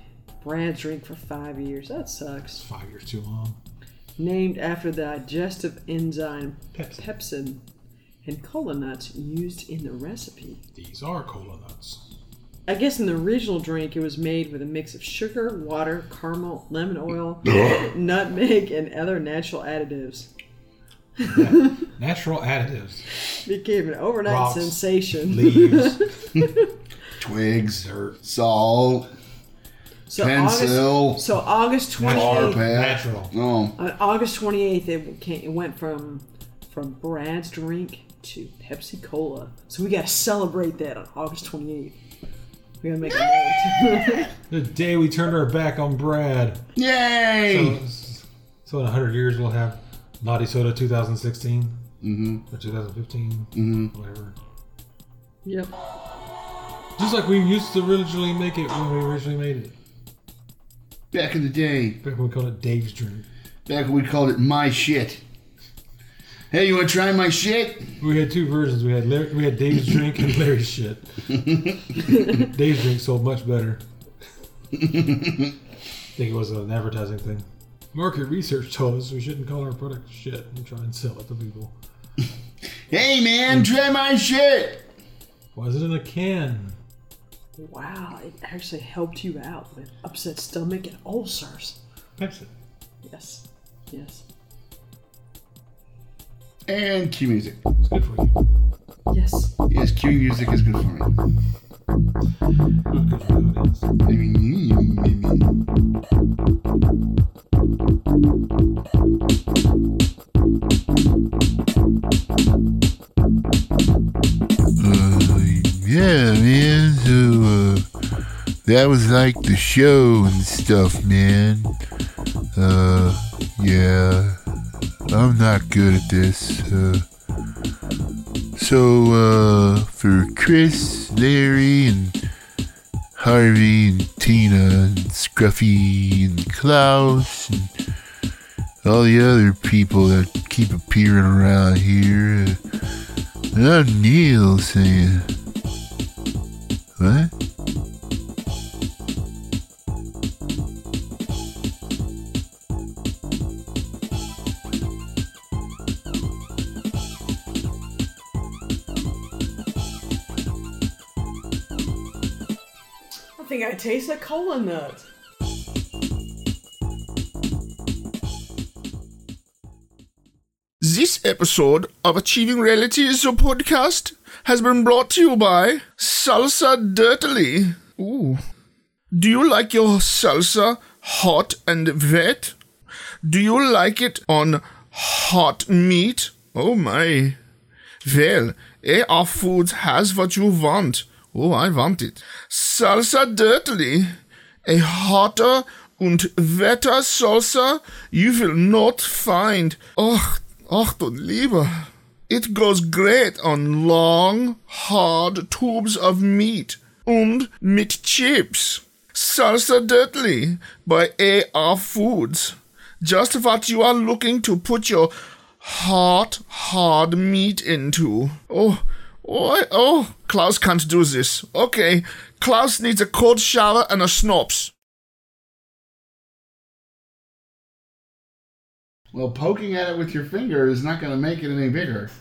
[SPEAKER 4] Brad's Drink for five years. That sucks.
[SPEAKER 3] Five years too long.
[SPEAKER 4] Named after the digestive enzyme
[SPEAKER 3] Pepsi.
[SPEAKER 4] pepsin and cola nuts used in the recipe.
[SPEAKER 3] These are cola nuts.
[SPEAKER 4] I guess in the original drink, it was made with a mix of sugar, water, caramel, lemon oil, nutmeg, and other natural additives.
[SPEAKER 3] Natural additives.
[SPEAKER 4] Became an overnight
[SPEAKER 3] Rocks.
[SPEAKER 4] sensation.
[SPEAKER 3] Leaves.
[SPEAKER 8] Twigs,
[SPEAKER 3] dirt.
[SPEAKER 8] salt,
[SPEAKER 4] so
[SPEAKER 8] Pencil.
[SPEAKER 4] August, so August twenty
[SPEAKER 8] tar
[SPEAKER 4] eighth,
[SPEAKER 8] pad.
[SPEAKER 3] Natural.
[SPEAKER 8] Oh,
[SPEAKER 4] on August twenty eighth, it came, it went from from Brad's drink to Pepsi Cola. So we gotta celebrate that on August twenty eighth. We gotta make a note.
[SPEAKER 3] The day we turned our back on Brad.
[SPEAKER 8] yay!
[SPEAKER 3] So, so in 100 years, we'll have Naughty Soda 2016. Mm-hmm. Or 2015. Mm-hmm. Whatever.
[SPEAKER 4] yep.
[SPEAKER 3] Just like we used to originally make it when we originally made it.
[SPEAKER 8] Back in the day,
[SPEAKER 3] Back when we called it Dave's Drink.
[SPEAKER 8] back when we called it my shit. Hey, you want to try my shit?
[SPEAKER 3] We had two versions. We had Larry, we had Dave's Drink and Larry's Shit. Dave's Drink sold much better. I think it was an advertising thing. Market research told us we shouldn't call our product shit and try and sell it to people.
[SPEAKER 8] Hey, man, try my shit.
[SPEAKER 3] Why is it in a can?
[SPEAKER 4] Wow, it actually helped you out with upset stomach and ulcers.
[SPEAKER 3] Pepsi.
[SPEAKER 4] Yes, yes,
[SPEAKER 8] And cue music.
[SPEAKER 3] It's good for you.
[SPEAKER 4] yes.
[SPEAKER 8] Yes, cue music is good for me.
[SPEAKER 3] Not good for who it is.
[SPEAKER 8] I mean, mm, mm, mm, mm.
[SPEAKER 2] Uh, yeah, man. So uh, that was like the show and stuff, man. Uh, yeah, I'm not good at this. Uh, so uh, for Chris, Larry, and Harvey, and Tina, and Scruffy, and Klaus, and all the other people that keep appearing around here. Uh, uh, Neil saying. What?
[SPEAKER 4] I think I taste a cola nut.
[SPEAKER 1] This episode of Achieving Reality is your podcast has been brought to you by Salsa Dirtily. Ooh. Do you like your salsa hot and wet? Do you like it on hot meat? Oh my. Well, AR Foods has what you want. Oh, I want it. Salsa Dirtily. A hotter und wetter salsa you will not find. Och, och du lieber. It goes great on long, hard tubes of meat and mit chips. Salsa Dirtily by AR Foods. Just what you are looking to put your hot, hard meat into. Oh, oh, oh, Klaus can't do this. Okay, Klaus needs a cold shower and a schnapps.
[SPEAKER 8] Well, poking at it with your finger is not going to make it any bigger.